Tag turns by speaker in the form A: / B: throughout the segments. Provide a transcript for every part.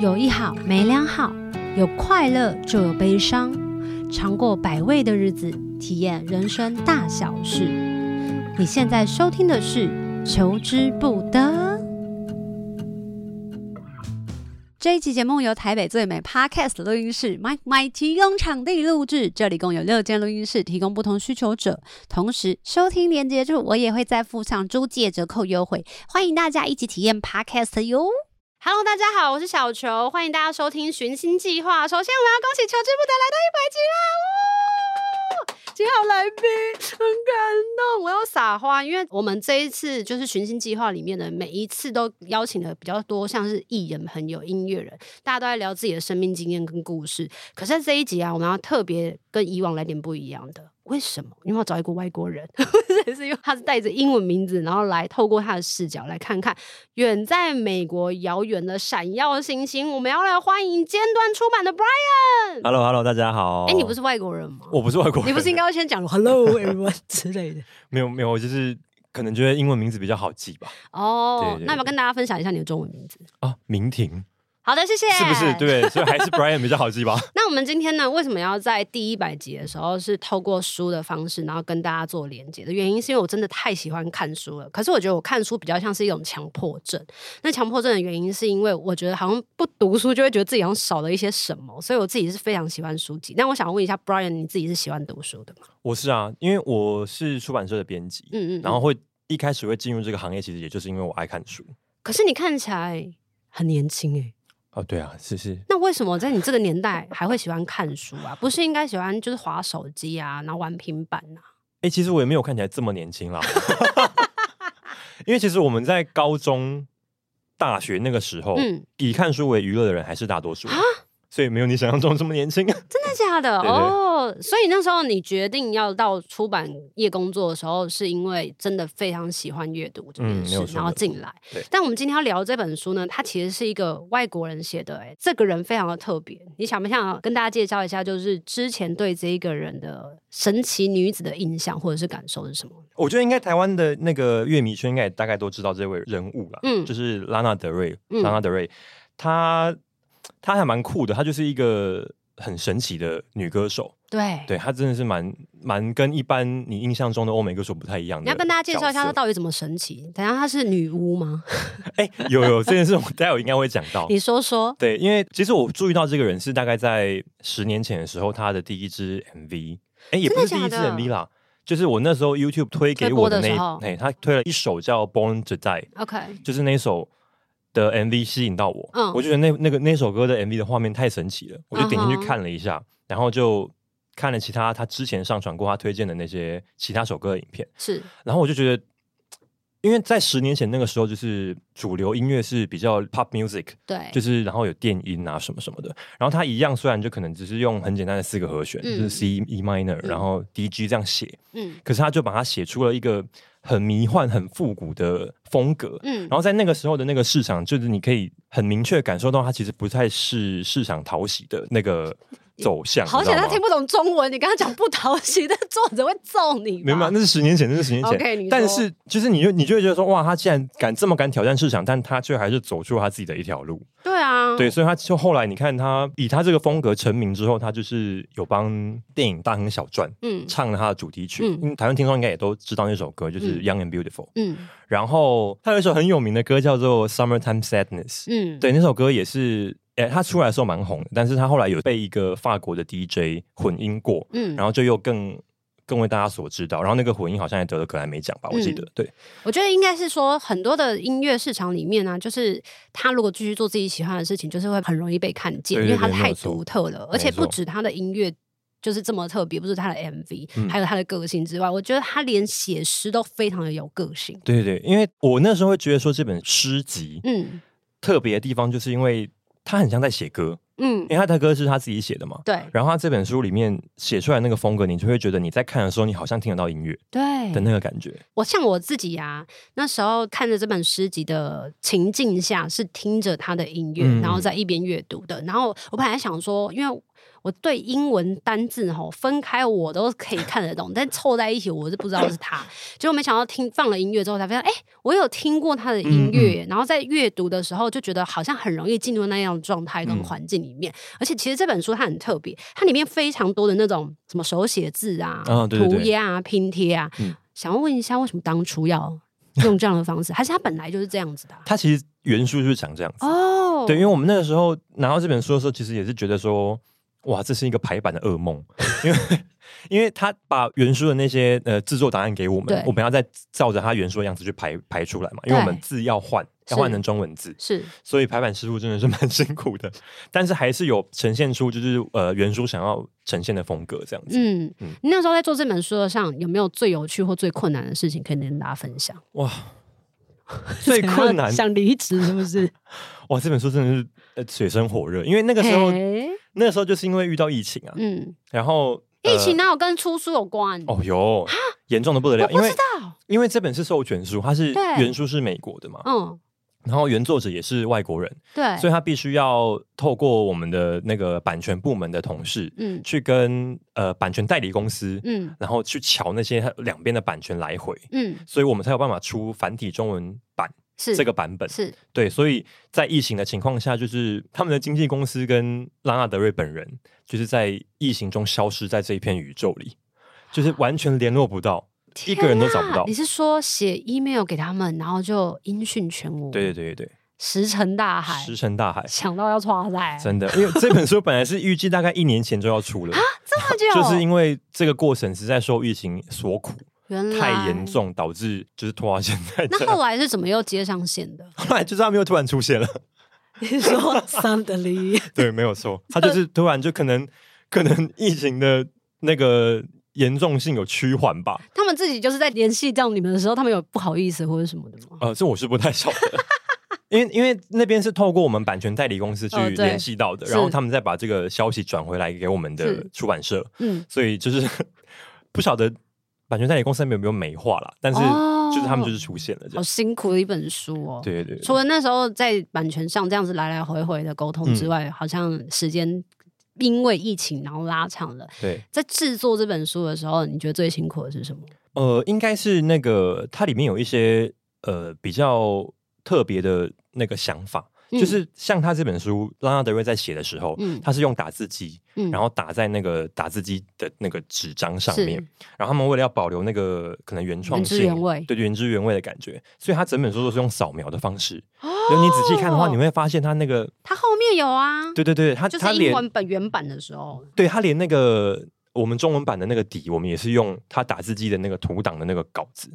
A: 有一好没两好，有快乐就有悲伤，尝过百味的日子，体验人生大小事。你现在收听的是《求之不得》。这一期节目由台北最美 Podcast 录音室 Mike Mike 提供场地录制，这里共有六间录音室，提供不同需求者。同时，收听连接处我也会再附上租借折扣优惠，欢迎大家一起体验 Podcast 哟。
B: Hello，大家好，我是小球，欢迎大家收听《寻星计划》。首先，我们要恭喜求之不得来到一百集啦！哦，请好来宾，很感动，我要撒花，因为我们这一次就是《寻星计划》里面的每一次都邀请的比较多，像是艺人朋友、音乐人，大家都在聊自己的生命经验跟故事。可是在这一集啊，我们要特别跟以往来点不一样的。为什么？因为我找一个外国人， 或者是因为他是带着英文名字，然后来透过他的视角来看看远在美国遥远的闪耀星星。我们要来欢迎尖端出版的 Brian。
C: Hello Hello，大家好。
B: 哎、你不是外国人吗？
C: 哦我不是外国人，
B: 你不是应该先讲 Hello everyone 之类的
C: 没有没有，我就是可能觉得英文名字比较好记吧。
B: 哦
C: 对对对
B: 那要不要跟大家分享一下你的中文名字？
C: 啊，明 婷
B: 好的，谢谢。
C: 是不是？对，所 以还是 Brian 比较好记吧。
B: 那我们今天呢，为什么要在第一百集的时候是透过书的方式，然后跟大家做连接的原因，是因为我真的太喜欢看书了。可是我觉得我看书比较像是一种强迫症。那强迫症的原因是因为我觉得好像不读书就会觉得自己好像少了一些什么，所以我自己是非常喜欢书籍。那我想问一下，Brian，你自己是喜欢读书的吗？
C: 我是啊，因为我是出版社的编辑，
B: 嗯嗯。
C: 然后，会一开始会进入这个行业，其实也就是因为我爱看书。
B: 可是你看起来很年轻诶、
C: 哦，对啊，是是。
B: 那为什么在你这个年代还会喜欢看书啊？不是应该喜欢就是划手机啊，然后玩平板啊？
C: 哎，其实我也没有看起来这么年轻啦。 因为其实我们在高中、大学那个时候，
B: 嗯，啊
C: 以看书为娱乐的人还是大多数，所以没有你想象中这么年轻。
B: 真的假的？
C: 对对
B: 哦，所以那时候你决定要到出版业工作的时候，是因为真的非常喜欢阅读这件
C: 嗯没
B: 事，
C: 有错
B: 然后进来
C: 对。
B: 但我们今天要聊这本书呢，它其实是一个外国人写的、哎，这个人非常的特别。你想不想跟大家介绍一下，就是之前对这一个人的神奇女子的印象或者是感受是什么？
C: 我觉得应该台湾的那个乐迷圈应该也大概都知道这位人物啦，
B: 嗯
C: 就是拉娜德瑞，
B: 嗯
C: 拉娜德瑞，她她还蛮酷的，她就是一个很神奇的女歌手，
B: 对，
C: 对她真的是蛮蛮跟一般你印象中的欧美歌手不太一样的。
B: 你要跟大家介绍一下她，到底怎么神奇？等一下她是女巫吗？
C: 哎、有有这件事，我待会应该会讲到。
B: 你说说。
C: 对，因为其实我注意到这个人是大概在十年前的时候，他的第一支 MV，哎，也不是第一支
B: 真的假的
C: MV 啦，就是我那时候 YouTube 推给我的
B: 推播的时候
C: 那，哎，他推了一首叫《Born to Die》。
B: OK，
C: 就是那首的 MV 吸引到我，
B: 嗯
C: 我就觉得那那个那首歌的 MV 的画面太神奇了，我就点进
B: 嗯哼
C: 去看了一下，然后就看了其他他之前上传过他推荐的那些其他首歌的影片，
B: 是
C: 然后我就觉得，因为在十年前那个时候，就是主流音乐是比较 pop music，
B: 对，
C: 就是然后有电音啊什么什么的，然后他一样虽然就可能只是用很简单的四个和弦，
B: 嗯
C: 就是 C E minor，
B: 嗯
C: 然后 D G 这样写，
B: 嗯
C: 可是他就把它写出了一个很迷幻、很复古的风格，
B: 嗯
C: 然，后在那个时候的那个市场，就是你可以很明确感受到，它其实不太是市场讨喜的那个走向。
B: 好险他听不
C: 不
B: 懂中文，你跟他讲不讨喜， 那作者会揍你吧。
C: 明白？那是十年前，那是十年前。
B: 啊 OK，你说
C: 但是就是你就你就会觉得说，哇，他既然敢这么敢挑战市场，但他却还是走出了他自己的一条路。
B: 对啊，
C: 对，所以他就后来你看他以他这个风格成名之后，他就是有帮电影《大亨小传》
B: 嗯
C: 唱了他的主题曲，
B: 嗯
C: 因为台湾听众应该也都知道那首歌，就是
B: 嗯
C: 《Young and Beautiful》。
B: 嗯
C: 然后他有一首很有名的歌叫做《Summertime Sadness》。
B: 嗯，
C: 对，那首歌也是，诶、他出来的时候蛮红的，但是他后来有被一个法国的 DJ 混音过，
B: 嗯，
C: 然后就又更更为大家所知道。然后那个混音好像也得了格莱美奖
B: 嗯
C: 吧，我记得。对，
B: 我觉得应该是说，很多的音乐市场里面呢、就是他如果继续做自己喜欢的事情，就是会很容易被看见，
C: 对对
B: 因为他
C: 对没
B: 太
C: 有错
B: 独特了，而且
C: 没错
B: 不止他的音乐。就是这么特别，不是他的 MV，、
C: 嗯
B: 还有他的个性之外，我觉得他连写诗都非常的有个性。
C: 对对对，因为我那时候会觉得说这本诗集、
B: 嗯
C: 特别的地方，就是因为他很像在写歌，
B: 嗯
C: 因，为他的歌是他自己写的嘛。
B: 对
C: 然后他这本书里面写出来那个风格，你就会觉得你在看的时候，你好像听得到音乐
B: 对
C: 的那个感觉。
B: 我像我自己呀、那时候看着这本诗集的情境下，是听着他的音乐，
C: 嗯
B: 然后在一边阅读的。然后我本来想说，因为我对英文单字吼分开我都可以看得懂，但凑在一起我是不知道是他。结果没想到听放了音乐之后才发现，哎、我有听过他的
C: 嗯
B: 音乐，然后在阅读的时候就觉得好像很容易进入那样的状态跟
C: 嗯
B: 环境里面。而且其实这本书它很特别，它里面非常多的那种什么手写字啊、
C: 啊对对对
B: 涂鸦啊、拼贴啊。
C: 嗯
B: 想要问一下，为什么当初要用这样的方 式？还是他本来就是这样子的啊、
C: 它其实原书就是讲这样子。
B: 哦，
C: 对，因为我们那个时候拿到这本书的时候，其实也是觉得说，哇，这是一个排版的噩梦， 因为因为他把原书的那些呃制作答案给我
B: 对
C: 们，我们要再照着他原书的样子去排排出来嘛，因为我们
B: 对
C: 字要换，要
B: 是
C: 换成中文字，
B: 是
C: 所以排版师傅真的是 蛮辛苦的，但是还是有呈现出就是呃原书想要呈现的风格这样子。
B: 嗯
C: 嗯，
B: 你那时候在做这本书的上，有没有最有趣或最困难的事情可以跟大家分享？
C: 哇， 最困难
B: 想离职是不是？
C: 哇，这本书真的是呃水深火热，因 为那个时候
B: 嘿
C: 那个时候就是因为遇到疫情啊，
B: 嗯，
C: 然后、呃
B: 疫情哪有跟出书有关？
C: 哦哟，严重的不得
B: 我
C: 了，因
B: 不
C: 为
B: 知道。
C: 因为这本是授权书，它是
B: 对
C: 原书是美国的嘛，
B: 嗯，
C: 然后原作者也是外国人，
B: 对，
C: 所以他必须要透过我们的那个版权部门的同事
B: 嗯
C: 去跟呃版权代理公司，
B: 嗯
C: 然后去瞧那些两边的版权来回，
B: 嗯，
C: 所以我们才有办法出繁体中文版
B: 是
C: 这个版本。
B: 是
C: 对，所以在疫情的情况下，就是他们的经纪公司跟拉纳德瑞本人，就是在疫情中消失在这一片宇宙里，就是完全联络不到，一个人都找不
B: 天啊
C: 到
B: 你。是说写 email 给他们，然后就音讯全无？
C: 对对，对对对，
B: 石沉大海，
C: 石沉大海，
B: 想到要抓在，
C: 真的，因为这本书本来是预计大概一年前就要出了，
B: 这么久，
C: 就是因为这个过程实在受疫情所苦，
B: 原来
C: 太严。重，导致就是拖到现在这
B: 那
C: 样。？
B: 后来是怎么又接上线的
C: 后来就是他们又突然出现了，
B: 你说 suddenly
C: 对，没有错，他就是突然就可能可能疫情的那个严重性有趋缓吧，
B: 他们自己就是在联系到你们的时候，他们有不好意思或者什么的吗？
C: 呃，这我是不太晓得。因为因为那边是透过我们版权代理公司去
B: 哦对
C: 联系到的，
B: 是
C: 然后他们再把这个消息转回来给我们的
B: 是
C: 出版社，
B: 嗯，
C: 所以就是 不晓得版权代理公司那边有没有美化啦，但是
B: 哦
C: 就是他们就是出现了这
B: 好
C: 样。
B: 辛苦的一本书哦。
C: 对对
B: 除
C: 对，
B: 了那时候在版权上这样子来来回回的沟通之
C: 嗯
B: 外，好像时间因为疫情然后拉长了。
C: 对，
B: 在制作这本书的时候，你觉得最辛苦的是什么？
C: 呃，应该是那个它里面有一些呃比较特别的那个想法，
B: 嗯
C: 就是像他这本书拉拉德瑞在写的时候，
B: 嗯
C: 他是用打字机，
B: 嗯
C: 然后打在那个打字机的那个纸张上
B: 是
C: 面，然后他们为了要保留那个可能原创
B: 原汁
C: 性，
B: 原味
C: 对原汁原味的感觉，所以他整本书都是用扫描的方式。
B: 哦
C: 如果你仔细看的话，你会发现他那个，
B: 它后面有啊，
C: 对对对，他
B: 就
C: 他
B: 是英
C: 连
B: 文本原版的时候，
C: 对他连那个我们中文版的那个底，我们也是用他打字机的那个图档的那个稿子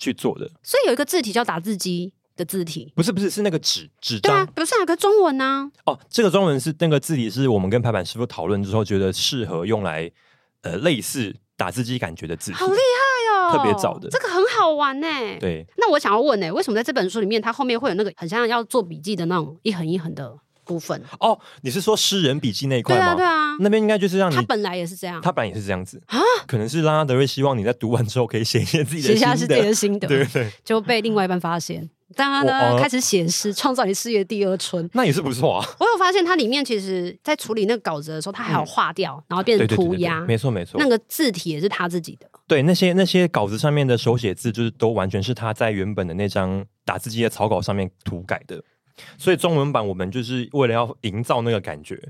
C: 去做的，
B: 所以有一个字体叫打字机的字体。
C: 不是不是是那个纸纸
B: 对啊，
C: 张
B: 不是啊有个中文啊，
C: 哦，这个中文是那个字体是我们跟排版师傅讨论之后觉得适合用来呃类似打字机感觉的字体
B: 好，厉害哦！
C: 特别早的
B: 这个很好玩呢、。
C: 对。
B: 那我想要问呢、为什么在这本书里面，它后面会有那个很像要做笔记的那种一横一横的部分？
C: 哦，你是说诗人笔记那一块
B: 对
C: 吗？
B: 啊，对啊，
C: 那边应该就是让你
B: 它本来也是这样，
C: 他本来也是这样子啊，可能是拉拉德瑞希望你在读完之后可以写一些自己的
B: 写下是
C: 心
B: 自
C: 得，
B: 己的心得，
C: 对哦对对，
B: 就被另外一半发 现。当然呢，
C: 我呃
B: 开始写诗，创造你事业第二春。
C: 那也是不错啊，
B: 我有发现，它里面其实在处理那个稿子的时候，它还有划掉，然后变
C: 对
B: 成
C: 对对
B: 涂
C: 对
B: 鸦
C: 对，没错没错，
B: 那个字体也是他自己的。
C: 对，那些那些稿子上面的手写字，就是都完全是他在原本的那张打字机的草稿上面涂改的。所以中文版我们就是为了要营造那个感觉，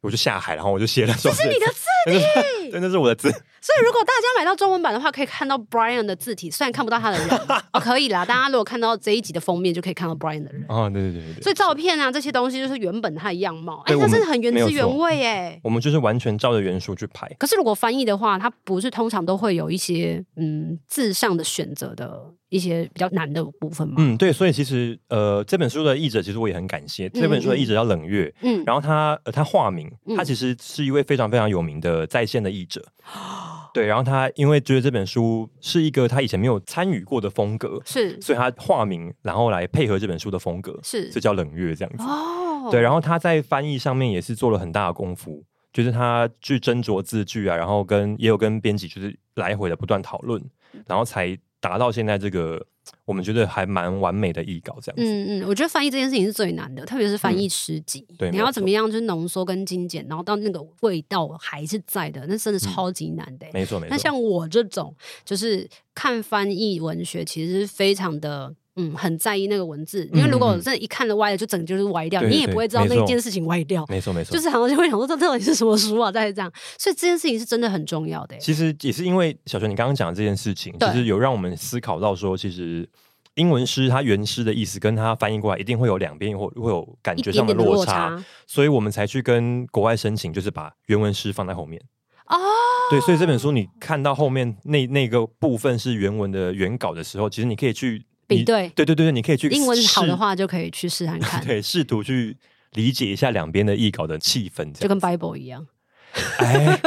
C: 我就下海，然后我就写了手写字。这是你的字对， 那是我的字。
B: 所以，如果大家买到中文版的话，可以看到 Brian 的字体，虽然看不到他 的人，哦，可以啦。大家如果看到这一集的封面，就可以看到 Brian 的人。
C: 啊、对对对对
B: 所
C: 对，
B: 以照片啊，这些东西就是原本它的样貌，哎、
C: 对
B: 它
C: 我们
B: 真的很原
C: 没有
B: 汁
C: 错
B: 原味哎。
C: 我们就是完全照着原书去排。
B: 可是如果翻译的话，它不是通常都会有一些嗯字上的选择的一些比较难的部分吗？
C: 嗯，对，所以其实呃，这本书的译者其实我也很感谢，这本书的译者叫冷月，
B: 嗯，
C: 然后他呃他化名
B: 嗯，
C: 他其实是一位非常非常有名的在线的译者。对，然后他因为觉得这本书是一个他以前没有参与过的风格，
B: 是
C: 所以他化名，然后来配合这本书的风格，
B: 是
C: 就叫冷月这样子。
B: 哦，
C: 对，然后他在翻译上面也是做了很大的功夫，就是他去斟酌字句啊，然
B: 嗯
C: 后跟也有跟编辑就是来回的不断讨论，然后才达到现在这个我们觉得还蛮完美的译稿这样子。
B: 嗯嗯，我觉得翻译这件事情是最难的，特别是翻译诗集，
C: 嗯对
B: 你
C: 没
B: 要
C: 有
B: 怎么样就是浓缩跟精简，然后到那个味道还是在的，那
C: 嗯
B: 真的超级难的欸、
C: 没错没
B: 那
C: 错，
B: 像我这种，就是看翻译文学，其实是非常的。嗯，很在意那个文字，因为如果
C: 嗯嗯
B: 我
C: 嗯
B: 真的一看了歪了，就整个就是歪掉，
C: 对对
B: 你也不会知道
C: 对没
B: 那
C: 错
B: 件事情歪掉，
C: 没错没错，
B: 就是好像就会想说这到底是什么书啊，大概这样。所以这件事情是真的很重要的欸、
C: 其实也是因为小熊你刚刚讲的这件事情，
B: 对
C: 就是有让我们思考到说，其实英文诗它原诗的意思跟它翻译过来一定会有两边或会有感
B: 欸一
C: 觉
B: 点
C: 上的
B: 点的
C: 落差，
B: 差
C: 所以我们才去跟国外申请，就是把原文诗放在后面。
B: 哦，
C: 对，所以这本书你看到后面那那个部分是原文的原稿的时候，其实你可以去
B: 比
C: 你
B: 对
C: 对对对对，你可以去
B: 英文好的
C: 试，
B: 话就可以去试看看，
C: 对，试图去理解一下两边的译稿的气氛，
B: 就
C: 这样
B: 跟 Bible 一样。
C: 哎，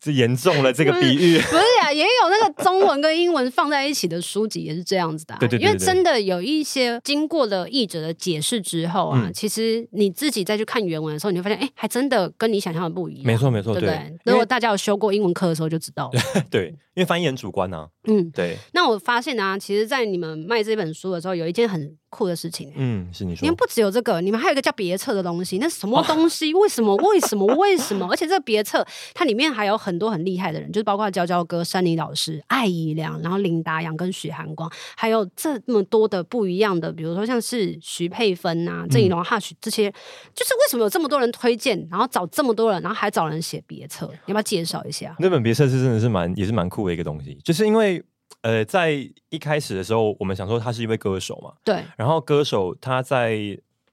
C: 这严重了这个比喻，
B: 不是啊，也有那个中文跟英文放在一起的书籍也是这样子的、啊。
C: 对对对对
B: 因为真的有一些经过了译者的解释之后啊，
C: 嗯
B: 其实你自己再去看原文的时候，你会发现，哎、还真的跟你想象的不一样。
C: 没，错没错，
B: 对不
C: 对，
B: 对？
C: 因
B: 如果
C: 为
B: 大家有修过英文课的时候就知道了。
C: 对，因为翻译很主观啊，
B: 嗯，
C: 对，
B: 那我发现啊，其实，在你们卖这本书的时候，有一件很酷的事情、欸。
C: 嗯，是你
B: 你
C: 说哦
B: 们，不只有这个，你们还有一个叫别册的东西，那是什么东西？ 为什么？为什么？为什么？而且这个别册它里面还有很多很厉害的人，就是包括娇娇哥、山里老师、艾怡良，然后林达阳跟许寒光，还有这么多的不一样的，比如说像是徐佩芬
C: 嗯
B: 啊、郑怡龙、哈许这些，就是为什么有这么多人推荐，然后找这么多人，然后还找人写别册，你要不要介绍一下？
C: 那本别册是真的是蛮也是蛮酷的一个东西，就是因为呃，在一开始的时候，我们想说他是一位歌手嘛，
B: 对，
C: 然后歌手他在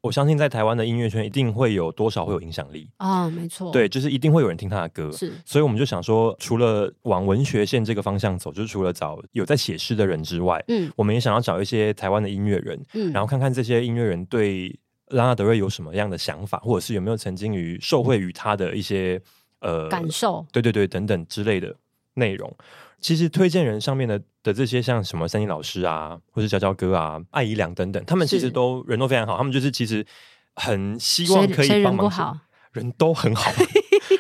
C: 我相信在台湾的音乐圈一定会有多少会有影响力，
B: 啊、没错，，
C: 对，就是一定会有人听他的歌。
B: 是，
C: 所以我们就想说，除了往文学线这个方向走，就是除了找有在写诗的人之外，
B: 嗯
C: 我们也想要找一些台湾的音乐人，
B: 嗯，
C: 然后看看这些音乐人对拉拉德瑞有什么样的想法，或者是有没有曾经于受惠于他的一些呃
B: 感受，
C: 对对对，等等之类的内容。其实推荐人上面的的这些，像什么三一老师啊，或是娇娇哥啊、艾怡良等等，他们其
B: 是
C: 实都人都非常好，他们就是其实很希望
B: 谁
C: 可
B: 谁
C: 以帮
B: 人
C: 忙
B: 不
C: 什
B: 好
C: 么，？人都 很好，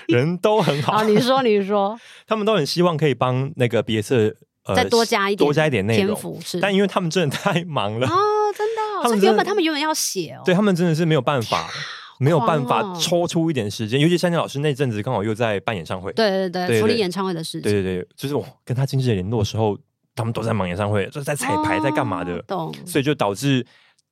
C: 人都很好
B: 好，，你说，你说，
C: 他们都很希望可以帮那个别册 呃
B: 再多加一点
C: 多加一点内
B: 天
C: 容，
B: 赋是，
C: 但因为他们真的太忙了，
B: 哦，真的、哦，
C: 他
B: 所
C: 们
B: 以
C: 真
B: 原本
C: 的
B: 他们原本要写哦，啊
C: 对他们真的是没有办法，没有办
B: 狂
C: 法
B: 哦
C: 抽出一点时间，尤其山田老师那阵子刚好又在办演唱会，
B: 对对对，
C: 对对
B: 处理演唱会的事情，
C: 对对对，就是我跟他经纪人联络的时候，他们都在忙演唱会，就是在彩排，在干嘛
B: 哦
C: 的，
B: 懂，
C: 所以就导致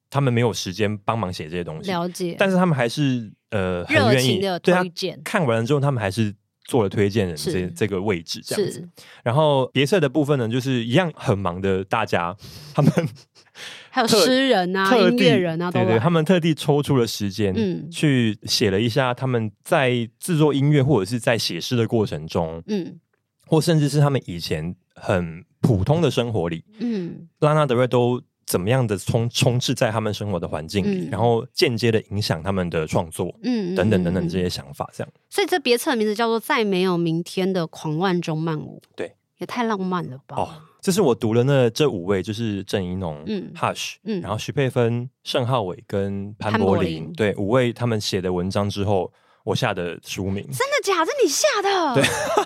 C: 他们没有时间帮忙写这些东西。
B: 了解，
C: 但是他们还是呃很
B: 热
C: 愿
B: 情
C: 意
B: 的
C: 对他
B: 推荐
C: 看完了之后，他们还是做了推荐人
B: 是
C: 这这个位置这样子。
B: 是
C: 然后别册的部分呢，就是一样很忙的大家，他们
B: 还有
C: 特
B: 诗人啊、
C: 特
B: 音
C: 地、
B: 乐人啊，都
C: 对对，
B: 来
C: 他们特地抽出了时间，
B: 嗯
C: 去写了一下他们在制作音乐或者是在写诗的过程中，
B: 嗯
C: 或甚至是他们以前很普通的生活里，
B: 嗯
C: 拉纳德瑞都怎么样的充充斥在他们生活的环境里，
B: 嗯
C: 然后间接的影响他们的创作
B: 嗯，
C: 等等等
B: 嗯
C: 等
B: 嗯
C: 这些想法，这样
B: 所以这别册的名字叫做《再没有明天的狂乱中漫舞》，
C: 对，
B: 也太浪漫了吧？
C: 哦。这是我读了那这五位，就是郑怡农、
B: 嗯
C: Hush，
B: 嗯
C: 然后徐佩芬、盛浩伟跟潘
B: 潘柏
C: 柏
B: 林
C: 林，对五位他们写的文章之后，我下的书名。
B: 真的假的？你吓的？
C: 对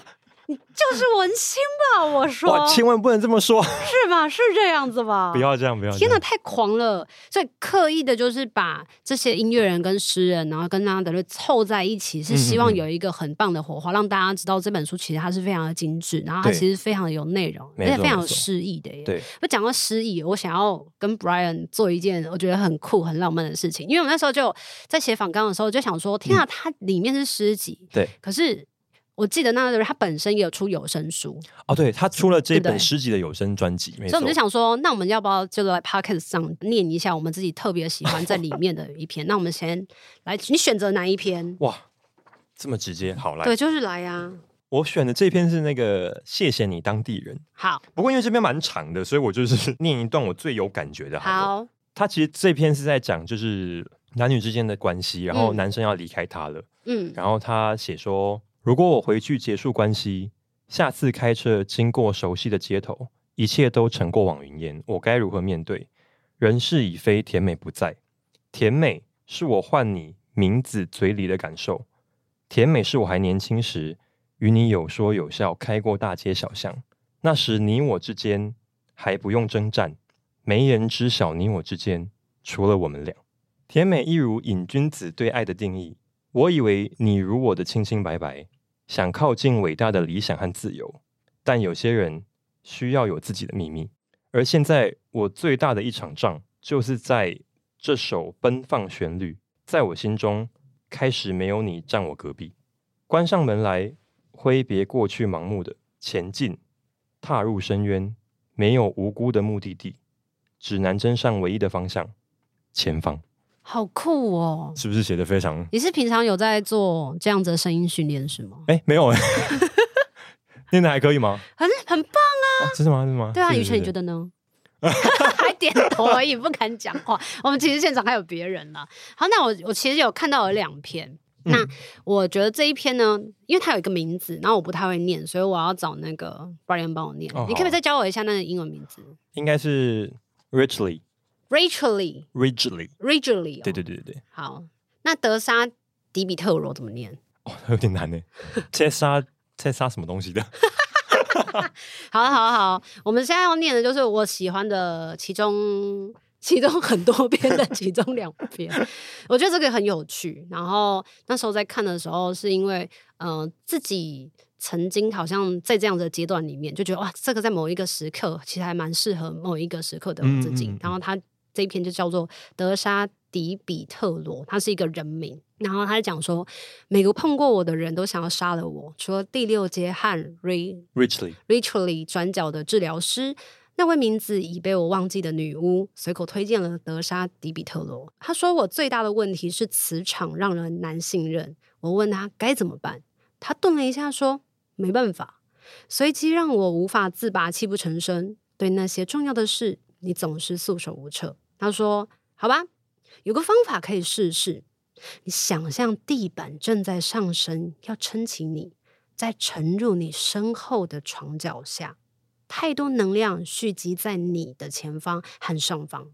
B: 你就是文青吧？我说
C: 哇，千万不能这 么说，
B: 是吧？是这样子吧？
C: 不要这样，不要这
B: 天哪，
C: 样。
B: 太狂了！所以刻意的就是把这些音乐人跟诗人，然后跟拉德瑞凑在一起，是希望
C: 嗯嗯
B: 有一个很棒的火花，让大家知道这本书其实它是非常的精致，然后它
C: 对
B: 其实非常的有内容，而
C: 没
B: 且非
C: 错
B: 常有
C: 没错
B: 诗意的耶。
C: 对，嗯
B: 我讲到诗意，我想要跟 Brian 做一件我觉得很酷、很浪漫的事情，因为我那时候就在写访纲的时候就想说，天啊，它里面是诗集，
C: 对，
B: 可是。我记得那个人他本身也有出有声书，
C: 哦，对他出了
B: 对
C: 这一
B: 不对
C: 本诗集的有声专辑，
B: 所
C: 没
B: 以
C: 错
B: 我们就。想说，那我们要不要就来 podcast 上念一下我们自己特别喜欢在里面的一篇？那 我们先来，你选择哪一篇？
C: 哇，这么直接，好来
B: 对，，就是来啊呀、
C: 我选的这篇是那个谢谢你当地人，
B: 好
C: 不过因为这篇蛮长的，所以我就是念一段我最有感觉的。，
B: 好，
C: 他其实这篇是在讲就是男女之间的关系，然后
B: 嗯
C: 男生要离开他了，
B: 嗯
C: 然后他写说，如果我回去结束关系，下次开车经过熟悉的街头，一切都成过往云烟，我该如何面对？人事已非，甜美不在，甜美是我唤你名字嘴里的感受，甜美是我还年轻时与你有说有笑，开过大街小巷，那时你我之间还不用征战，没人知晓你我之间，除了我们俩。甜美一如瘾君子对爱的定义。我以为你如我的清清白白，想靠近伟大的理想和自由，但有些人需要有自己的秘密。而现在，我最大的一场仗，就是在这首奔放旋律，在我心中开始没有你站我隔壁。关上门来，挥别过去盲目的前进，踏入深渊，没有无辜的目的地，指南针上唯一的方向，前方。
B: 好酷哦！
C: 是不是写的非常？
B: 你是平常有在做这样子的声音训练是吗？
C: 哎、没有哎、 念的还可以吗？
B: 很很棒，
C: 哦真的吗？真的吗？
B: 对啊，
C: 是
B: 雨辰你觉？
C: 是是
B: 得 呢？ 还点头而已，不敢讲话。我们其实现场还有别人呢。好，那我我其实有看到有两篇。
C: 嗯
B: 那我觉得这一篇呢，因为它有一个名字，然后我不太会念，所以我要找那个 Brian 帮我念。
C: 哦
B: 你可不可
C: 好
B: 以再教我一下那个英文名字
C: 应该是 richly
B: ？Rachel Lee。
C: richly。
B: Rachel Lee，、哦
C: 对对，对对对，
B: 好。那德莎迪比特罗怎么念？
C: 哦， 有点难呢。切杀切杀什么东西的？
B: 好啊好好，我们现在要念的就是我喜欢的其中其中很多篇 的其中两篇，我觉得这个很有趣。然后那时候在看的时候，是因为呃自己曾经好像在这样的阶段里面，就觉得哇，这个在某一个时刻其实还蛮适合某一个时刻的我自己。
C: 嗯嗯嗯嗯
B: 然后他这一篇就叫做德莎迪比特罗，他是一个人名。然后他就讲说，每个碰过我的人都想要杀了我，除了第六街和 Ray
C: richly
B: Richly 转角的治疗师，那位名字已被我忘记的女巫，随口推荐了德莎迪比特罗。她说我最大的问题是磁场让人难信任。我问她该怎么办，她顿了一下说没办法，随即让我无法自拔，泣不成声。对那些重要的事，你总是束手无策。她说好吧，有个方法可以试试。你想象地板正在上升，要撑起你，再沉入你身后的床脚下。太多能量蓄积在你的前方和上方，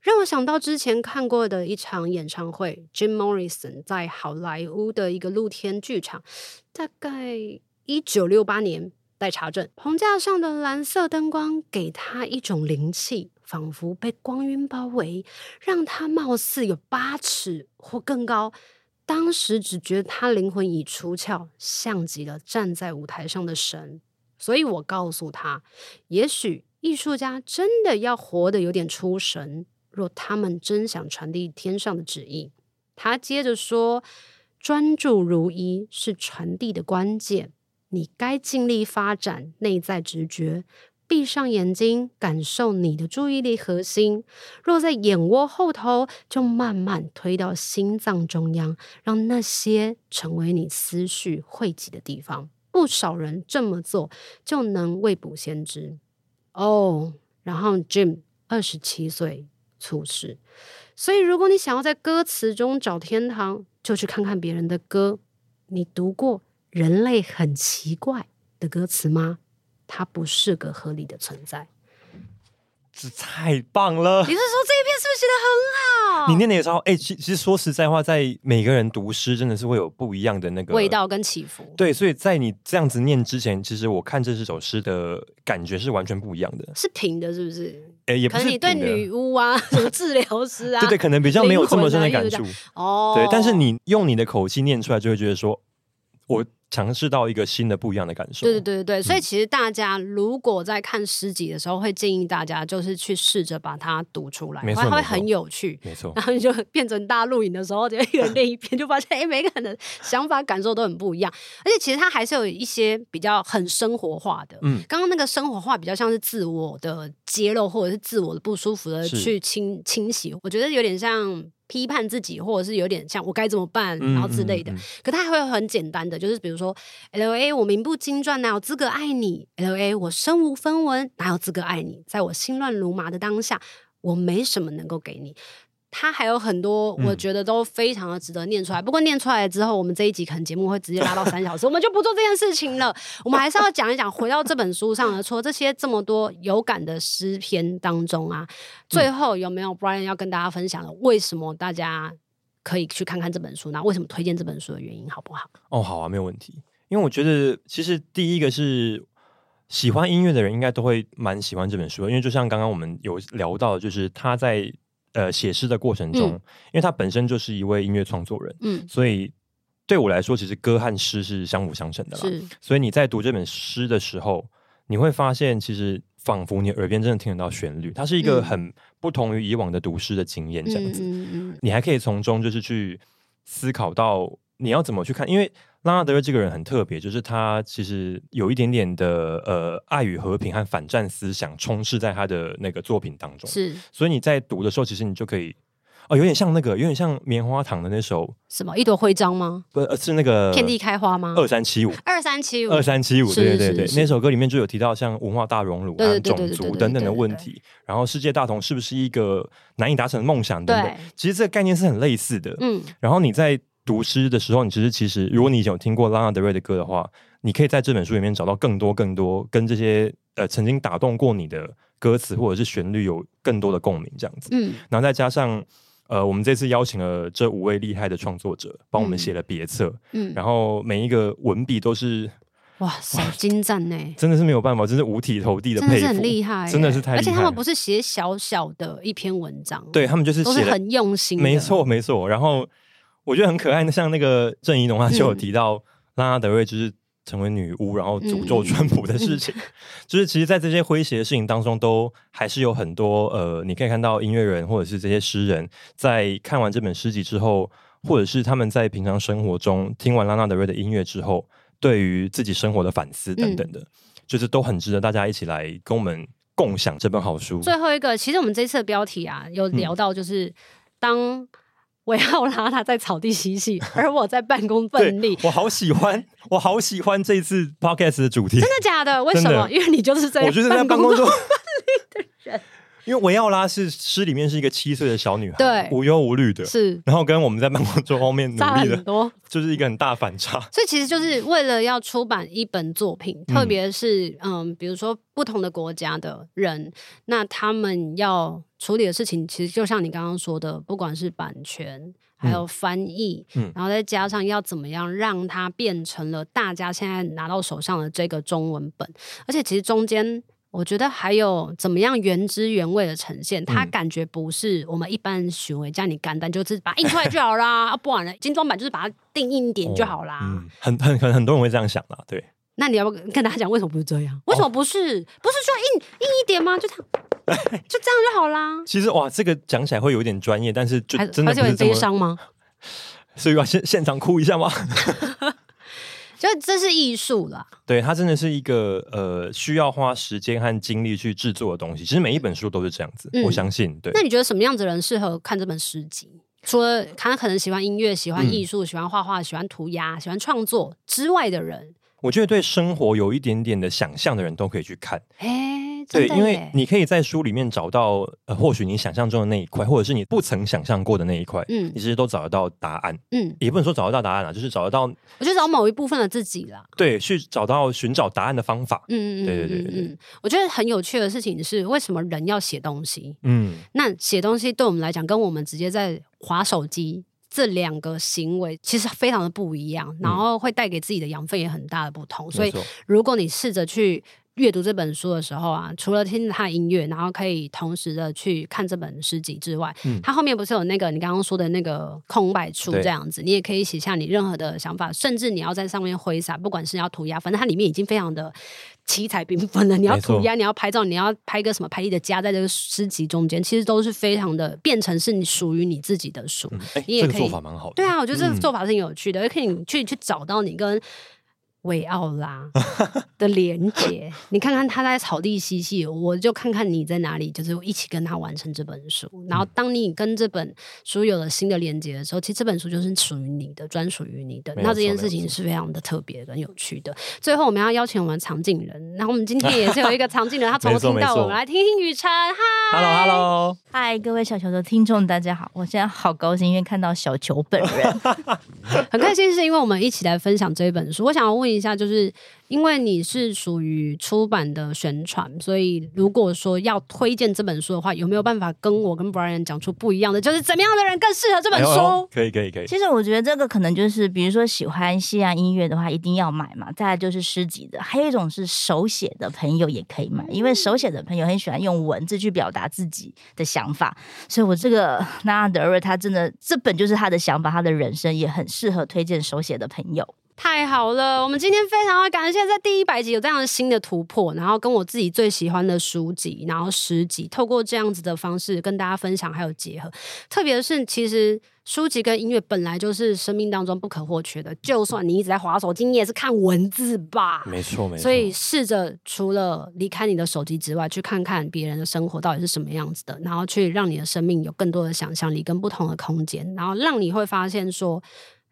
B: 让我想到之前看过的一场演唱会，Jim Morrison 在好莱坞的一个露天剧场，大概一九六八年。待查证，棚架上的蓝色灯光给他一种灵气，仿佛被光晕包围，让他貌似有八尺或更高。当时只觉得他灵魂已出窍，像极了站在舞台上的神。所以我告诉他，也许艺术家真的要活得有点出神，若他们真想传递天上的旨意。他接着说，专注如一是传递的关键，你该尽力发展内在直觉。闭上眼睛，感受你的注意力核心，若在眼窝后头，就慢慢推到心脏中央，让那些成为你思绪汇集的地方。不少人这么做就能未卜先知哦。然后 Jim 二十七岁猝逝，所以如果你想要在歌词中找天堂，就去看看别人的歌。你读过“人类很奇怪”的歌词吗？它不是个合理的存在。
C: 这太棒了
B: 你！是说这一篇是不是写的很好？
C: 你念的也超哎、其其实说实在话，在每个人读诗真的是会有不一样的那个
B: 味。道跟起伏。
C: 对，所以在你这样子念之前，其实我看这首诗的感觉是完全不一样的。
B: 是平的，是不是？
C: 哎、也不
B: 可
C: 是
B: 能你对
C: 顶的
B: 女巫 啊，什么治疗师啊，
C: 对对，可能比较没有这么深的感触
B: 灵。哦，
C: 对，但是你用你的口气念出来，就会觉得说，我尝试到一个新的不一样的感受。
B: 对对对对
C: 嗯
B: 对，所以其实大家如果在看诗集的时候，会建议大家就是去试着把它读出来，
C: 没错
B: 它会
C: 没错
B: 很有趣。
C: 没错，
B: 然后你就变成大家录影的时候，就一人念一遍，就发现哎、诶每个人的想法感受都很不一样。而且其实它还是有一些比较很生活化的。
C: 嗯
B: 刚刚那个生活化比较像是自我的揭露，或者是自我的不舒服的
C: 是
B: 去清清洗，我觉得有点像批判自己，或者是有点像我该怎么办，
C: 嗯
B: 然后之类的。
C: 嗯嗯
B: 可它还会很简单的，就是比如说 L A 我名不经传，哪有资格爱你？L A 我身无分文，哪有资格爱你？在我心乱如麻的当下，我没什么能够给你。它还有很多，
C: 嗯
B: 我觉得都非常的值得念出来。不过念出来之后，我们这一集可能节目会直接拉到三小时，我们就不做这件事情了。我们还是要讲一讲，回到这本书上呢，除了这些这么多有感的诗篇当中啊，最后有没有 Brian 要跟大家分享的？为什么大家可以去看看这本书？那为什么推荐这本书的原因，好不好？
C: 哦，好啊，没有问题。因为我觉得，其实第一个是喜欢音乐的人应该都会蛮喜欢这本书的，因为就像刚刚我们有聊到，就是他在呃写诗的过程中，
B: 嗯
C: 因为他本身就是一位音乐创作人，
B: 嗯，
C: 所以对我来说，其实歌和诗是相辅相成的啦。
B: 是，
C: 所以你在读这本诗的时候，你会发现，其实仿佛你耳边真的听得到旋律，它是一个
B: 嗯
C: 很不同于以往的读诗的经验，这样子。
B: 嗯嗯
C: 你还可以从中就是去思考到你要怎么去看，因为拉拉德瑞这个人很特别，就是他其实有一点点的呃爱与和平和反战思想充斥在他的那个作品当中
B: 嗯，，是
C: 所以你在读的时候，其实你就可以哦，有点像那个，有点像棉花糖的那首，
B: 什么一朵徽章吗？
C: 不呃是那个
B: 遍地开花吗？
C: 二三七五。
B: 二三七五，
C: 二三七五，
B: 是
C: 对
B: 是
C: 对对
B: 是，是
C: 那首歌里面就有提到像文化大熔炉、
B: 对
C: 还有
B: 对对
C: 种
B: 对对对
C: 族
B: 对
C: 等等
B: 对
C: 的
B: 对
C: 问
B: 对
C: 题，然后世界大同是不是一个难以达成的梦想等等
B: 对，
C: 其实这个概念是很类似的。
B: 嗯，
C: 然后你在读诗的时候，你其实其实，如果你以前有听过拉拉德瑞的歌的话，你可以在这本书里面找到更多更多跟这些呃曾经打动过你的歌词或者是旋律有更多的共鸣，这样子。
B: 嗯
C: 然后再加上呃，我们这次邀请了这五位厉害的创作者，帮我们
B: 嗯
C: 写了别册，
B: 嗯，
C: 然后每一个文笔都是
B: 哇塞，精湛呢，
C: 真的是没有办法，真是五体投地的
B: 真的
C: 佩
B: 是很
C: 服，
B: 厉害耶，
C: 真的是太厉害
B: 而且他们不
C: 了
B: 是写小小的一篇文章，，
C: 对他们就是
B: 都是
C: 写了
B: 很用心的，
C: 没错，没错。然后我觉得很可爱，像那个郑怡农，啊他就有
B: 嗯
C: 提到拉拉德瑞就是成为女巫，然后诅咒
B: 嗯
C: 川普的事情， 就是其实，在这些诙谐的事情当中，都还是有很多呃，你可以看到音乐人或者是这些诗人在看完这本诗集之后，或者是他们在平常生活中听完拉拉德瑞的音乐之后，对于自己生活的反思等
B: 嗯
C: 等的，就是都很值得大家一起来跟我们共享这本好书。
B: 最后一个，其实我们这一次的标题啊，有聊到就是、当维奥拉他在草地嬉戏，而我在办公
C: 对
B: 奋力，，
C: 我好喜欢，我好喜欢这一次 podcast 的主题。真
B: 真的假的？为
C: 真
B: 什
C: 的
B: 么？因为你就是在
C: 我就是在办公
B: 中
C: 中因为维奥拉是诗里面是一个七岁的小女孩，
B: 对
C: 无忧无虑的，
B: 是
C: 然后跟我们在办公桌后面努
B: 差
C: 力
B: 很
C: 的，
B: 多。
C: 就是一个很大反差。
B: 所以其实就是为了要出版一本作品，
C: 嗯
B: 特别是嗯，比如说不同的国家的人，那他们要处理的事情，其实就像你刚刚说的，不管是版权。还有翻译，
C: 嗯
B: 然后再加上要怎么样让它变成了大家现在拿到手上的这个中文本，而且其实中间我觉得还有怎么样原汁原味的呈现，它
C: 嗯
B: 感觉不是我们一般行为，这样你干单就是把它印出来就好啦， 啊，不然呢精装版就是把它定硬一点就好啦。
C: 嗯，很很很很多人会这样想啦，对，
B: 那你要不要跟大家讲为什么不是这样？为
C: 哦
B: 什么不是？不是说硬硬一点吗？就这 样，就这样就好啦。
C: 其实哇，这个讲起来会有点专业，但是就
B: 还
C: 真的
B: 还是有
C: 不
B: 点
C: 是这
B: 悲
C: 么，
B: 伤吗？
C: 所以要现现场哭一下吗？
B: 就这是艺术啦，
C: 对，它真的是一个呃需要花时间和精力去制作的东西。其实每一本书都是这样子，
B: 嗯
C: 我相信，对
B: 那，你觉得什么样子的人适合看这本诗集？除了他可能喜欢音乐、喜欢艺术、喜欢画画、喜欢涂鸦、喜欢创作之外的人，
C: 我觉得对生活有一点点的想象的人都可以去看。
B: 哎、真
C: 对，
B: 的
C: 因为
B: 耶
C: 你可以在书里面找到，呃，或许你想象中的那一块，或者是你不曾想象过的那一块，
B: 嗯
C: 你其实都找得到答案。
B: 嗯，
C: 也不能说找得到答案啊，就是找得到
B: 我觉得找某一部分的自己啦。
C: 对，去找到寻找答案的方法。
B: 嗯嗯嗯，
C: 对对对
B: 嗯
C: 对
B: 嗯，我觉得很有趣的事情是，为什么人要写东西？
C: 嗯，
B: 那写东西对我们来讲，跟我们直接在划手机这两个行为其实非常的不一样，然后会带给自己的养分也很大的不同。所
C: 没
B: 以，
C: 错，
B: 如果你试着去阅读这本书的时候啊，除了听他的音乐，然后可以同时的去看这本诗集之外，
C: 嗯
B: 它后面不是有那个你刚刚说的那个空白处
C: 对
B: 这样子，你也可以写下你任何的想法，甚至你要在上面挥洒，不管是要涂鸦，反正它里面已经非常的七彩缤纷了。你要
C: 没错
B: 涂鸦，你要拍照，你要拍个什么拍立的家，在这个诗集中间，其实都是非常的变成是你属于你自己的书。
C: 嗯，哎、
B: 你也
C: 这个
B: 可
C: 做
B: 以
C: 法蛮好的。
B: 对啊，我觉得这个
C: 嗯
B: 做法是很有趣的，也可以你去去找到你跟维奥拉的连接。你看看他在草地嬉戏，我就看看你在哪里，就是一起跟他完成这本书。然后，
C: 嗯
B: 当你跟这本书有了新的连接的时候，其实这本书就是属于你的，专属于你的。
C: 没有
B: 那这件
C: 错
B: 事
C: 没有
B: 情
C: 错
B: 是非常的特别跟有趣的。最后，我们要邀请我们常进人，然后我们今天也是有一个常进人， 他从头听
C: 没错
B: 到尾
C: 没错
B: 我们来听听雨辰，嗨
C: Hello，Hello，
D: 嗨，各位小球的听众，大家好！我现在好高兴，因为看到小球本人。
B: 很开心，是因为我们一起来分享这一本书。我想要问一下，就是因为你是属于出版的宣传，所以如果说要推荐这本书的话，有没有办法跟我跟 Brian 讲出不一样的？就是怎么样的人更适合这本
C: 哎呦
B: 书？
C: 可以可以可以，
D: 其实我觉得这个可能就是，比如说喜欢西洋音乐的话，一定要买嘛。再来就是诗集的，还有一种是手写的朋友也可以买，因为手写的朋友很喜欢用文字去表达自己的想法。所以我这个纳拉德瑞他真的这本就是他的想法，他的人生也很适合推荐手写的朋友。
B: 太好了！我们今天非常要感谢在第一百集有这样的新的突破，然后跟我自己最喜欢的书籍，然后诗集，透过这样子的方式跟大家分享，还有结合。特别是，其实书籍跟音乐本来就是生命当中不可或缺的，就算你一直在划手机，你也是看文字吧。
C: 没错没错。
B: 所以试着除了离开你的手机之外，去看看别人的生活到底是什么样子的，然后去让你的生命有更多的想象力跟不同的空间，然后让你会发现说，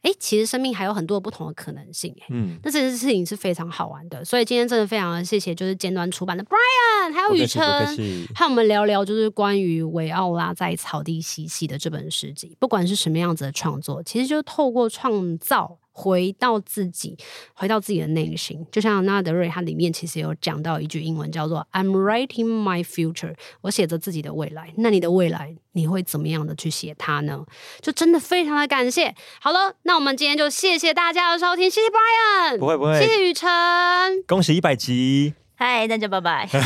B: 哎，其实生命还有很多不同的可能性。诶
C: 嗯，
B: 那这件事情是非常好玩的，所以今天真的非常地谢谢，就是尖端出版的 Brian 还有
C: 不
B: 雨
C: 客气
B: 辰
C: 不，客气。
B: 和我们聊聊，就是关于维奥拉在草地嬉戏的这本诗集，不管是什么样子的创作，其实就透过创造回到自己，回到自己的内心。就像纳德瑞，他里面其实有讲到一句英文叫做 “I'm writing my future”，我写着自己的未来。那你的未来，你会怎么样的去写它呢？就真的非常的感谢。好了，那我们今天就谢谢大家的收听，谢谢 Brian，
C: 不会不会
B: 谢谢雨辰。
C: 恭喜一百集，
D: 嗨，大家拜拜。
B: 谢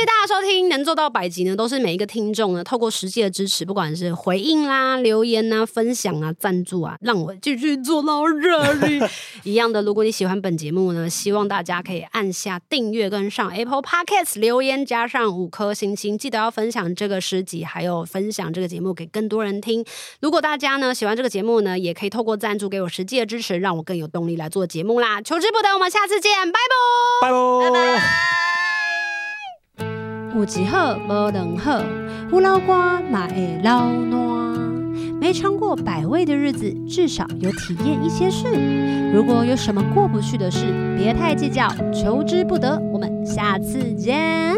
B: 谢大家收听，能做到百集呢，都是每一个听众呢，透过实际的支持，不管是回应啦、留言啦、分享啊、赞助啊，让我继续做到这里。一样的，如果你喜欢本节目呢，希望大家可以按下订阅跟上 Apple Podcast 留言，加上五颗星星，记得要分享这个诗集，还有分享这个节目给更多人听。如果大家呢喜欢这个节目呢，也可以透过赞助给我实际的支持，让我更有动力来做节目啦。求之不得，我们下次见，拜拜。
C: 拜拜。
A: 有一好无两好，有老瓜嘛会老烂。没尝过百味的日子，至少有体验一些事。如果有什么过不去的事，别太计较，求之不得。我们下次见。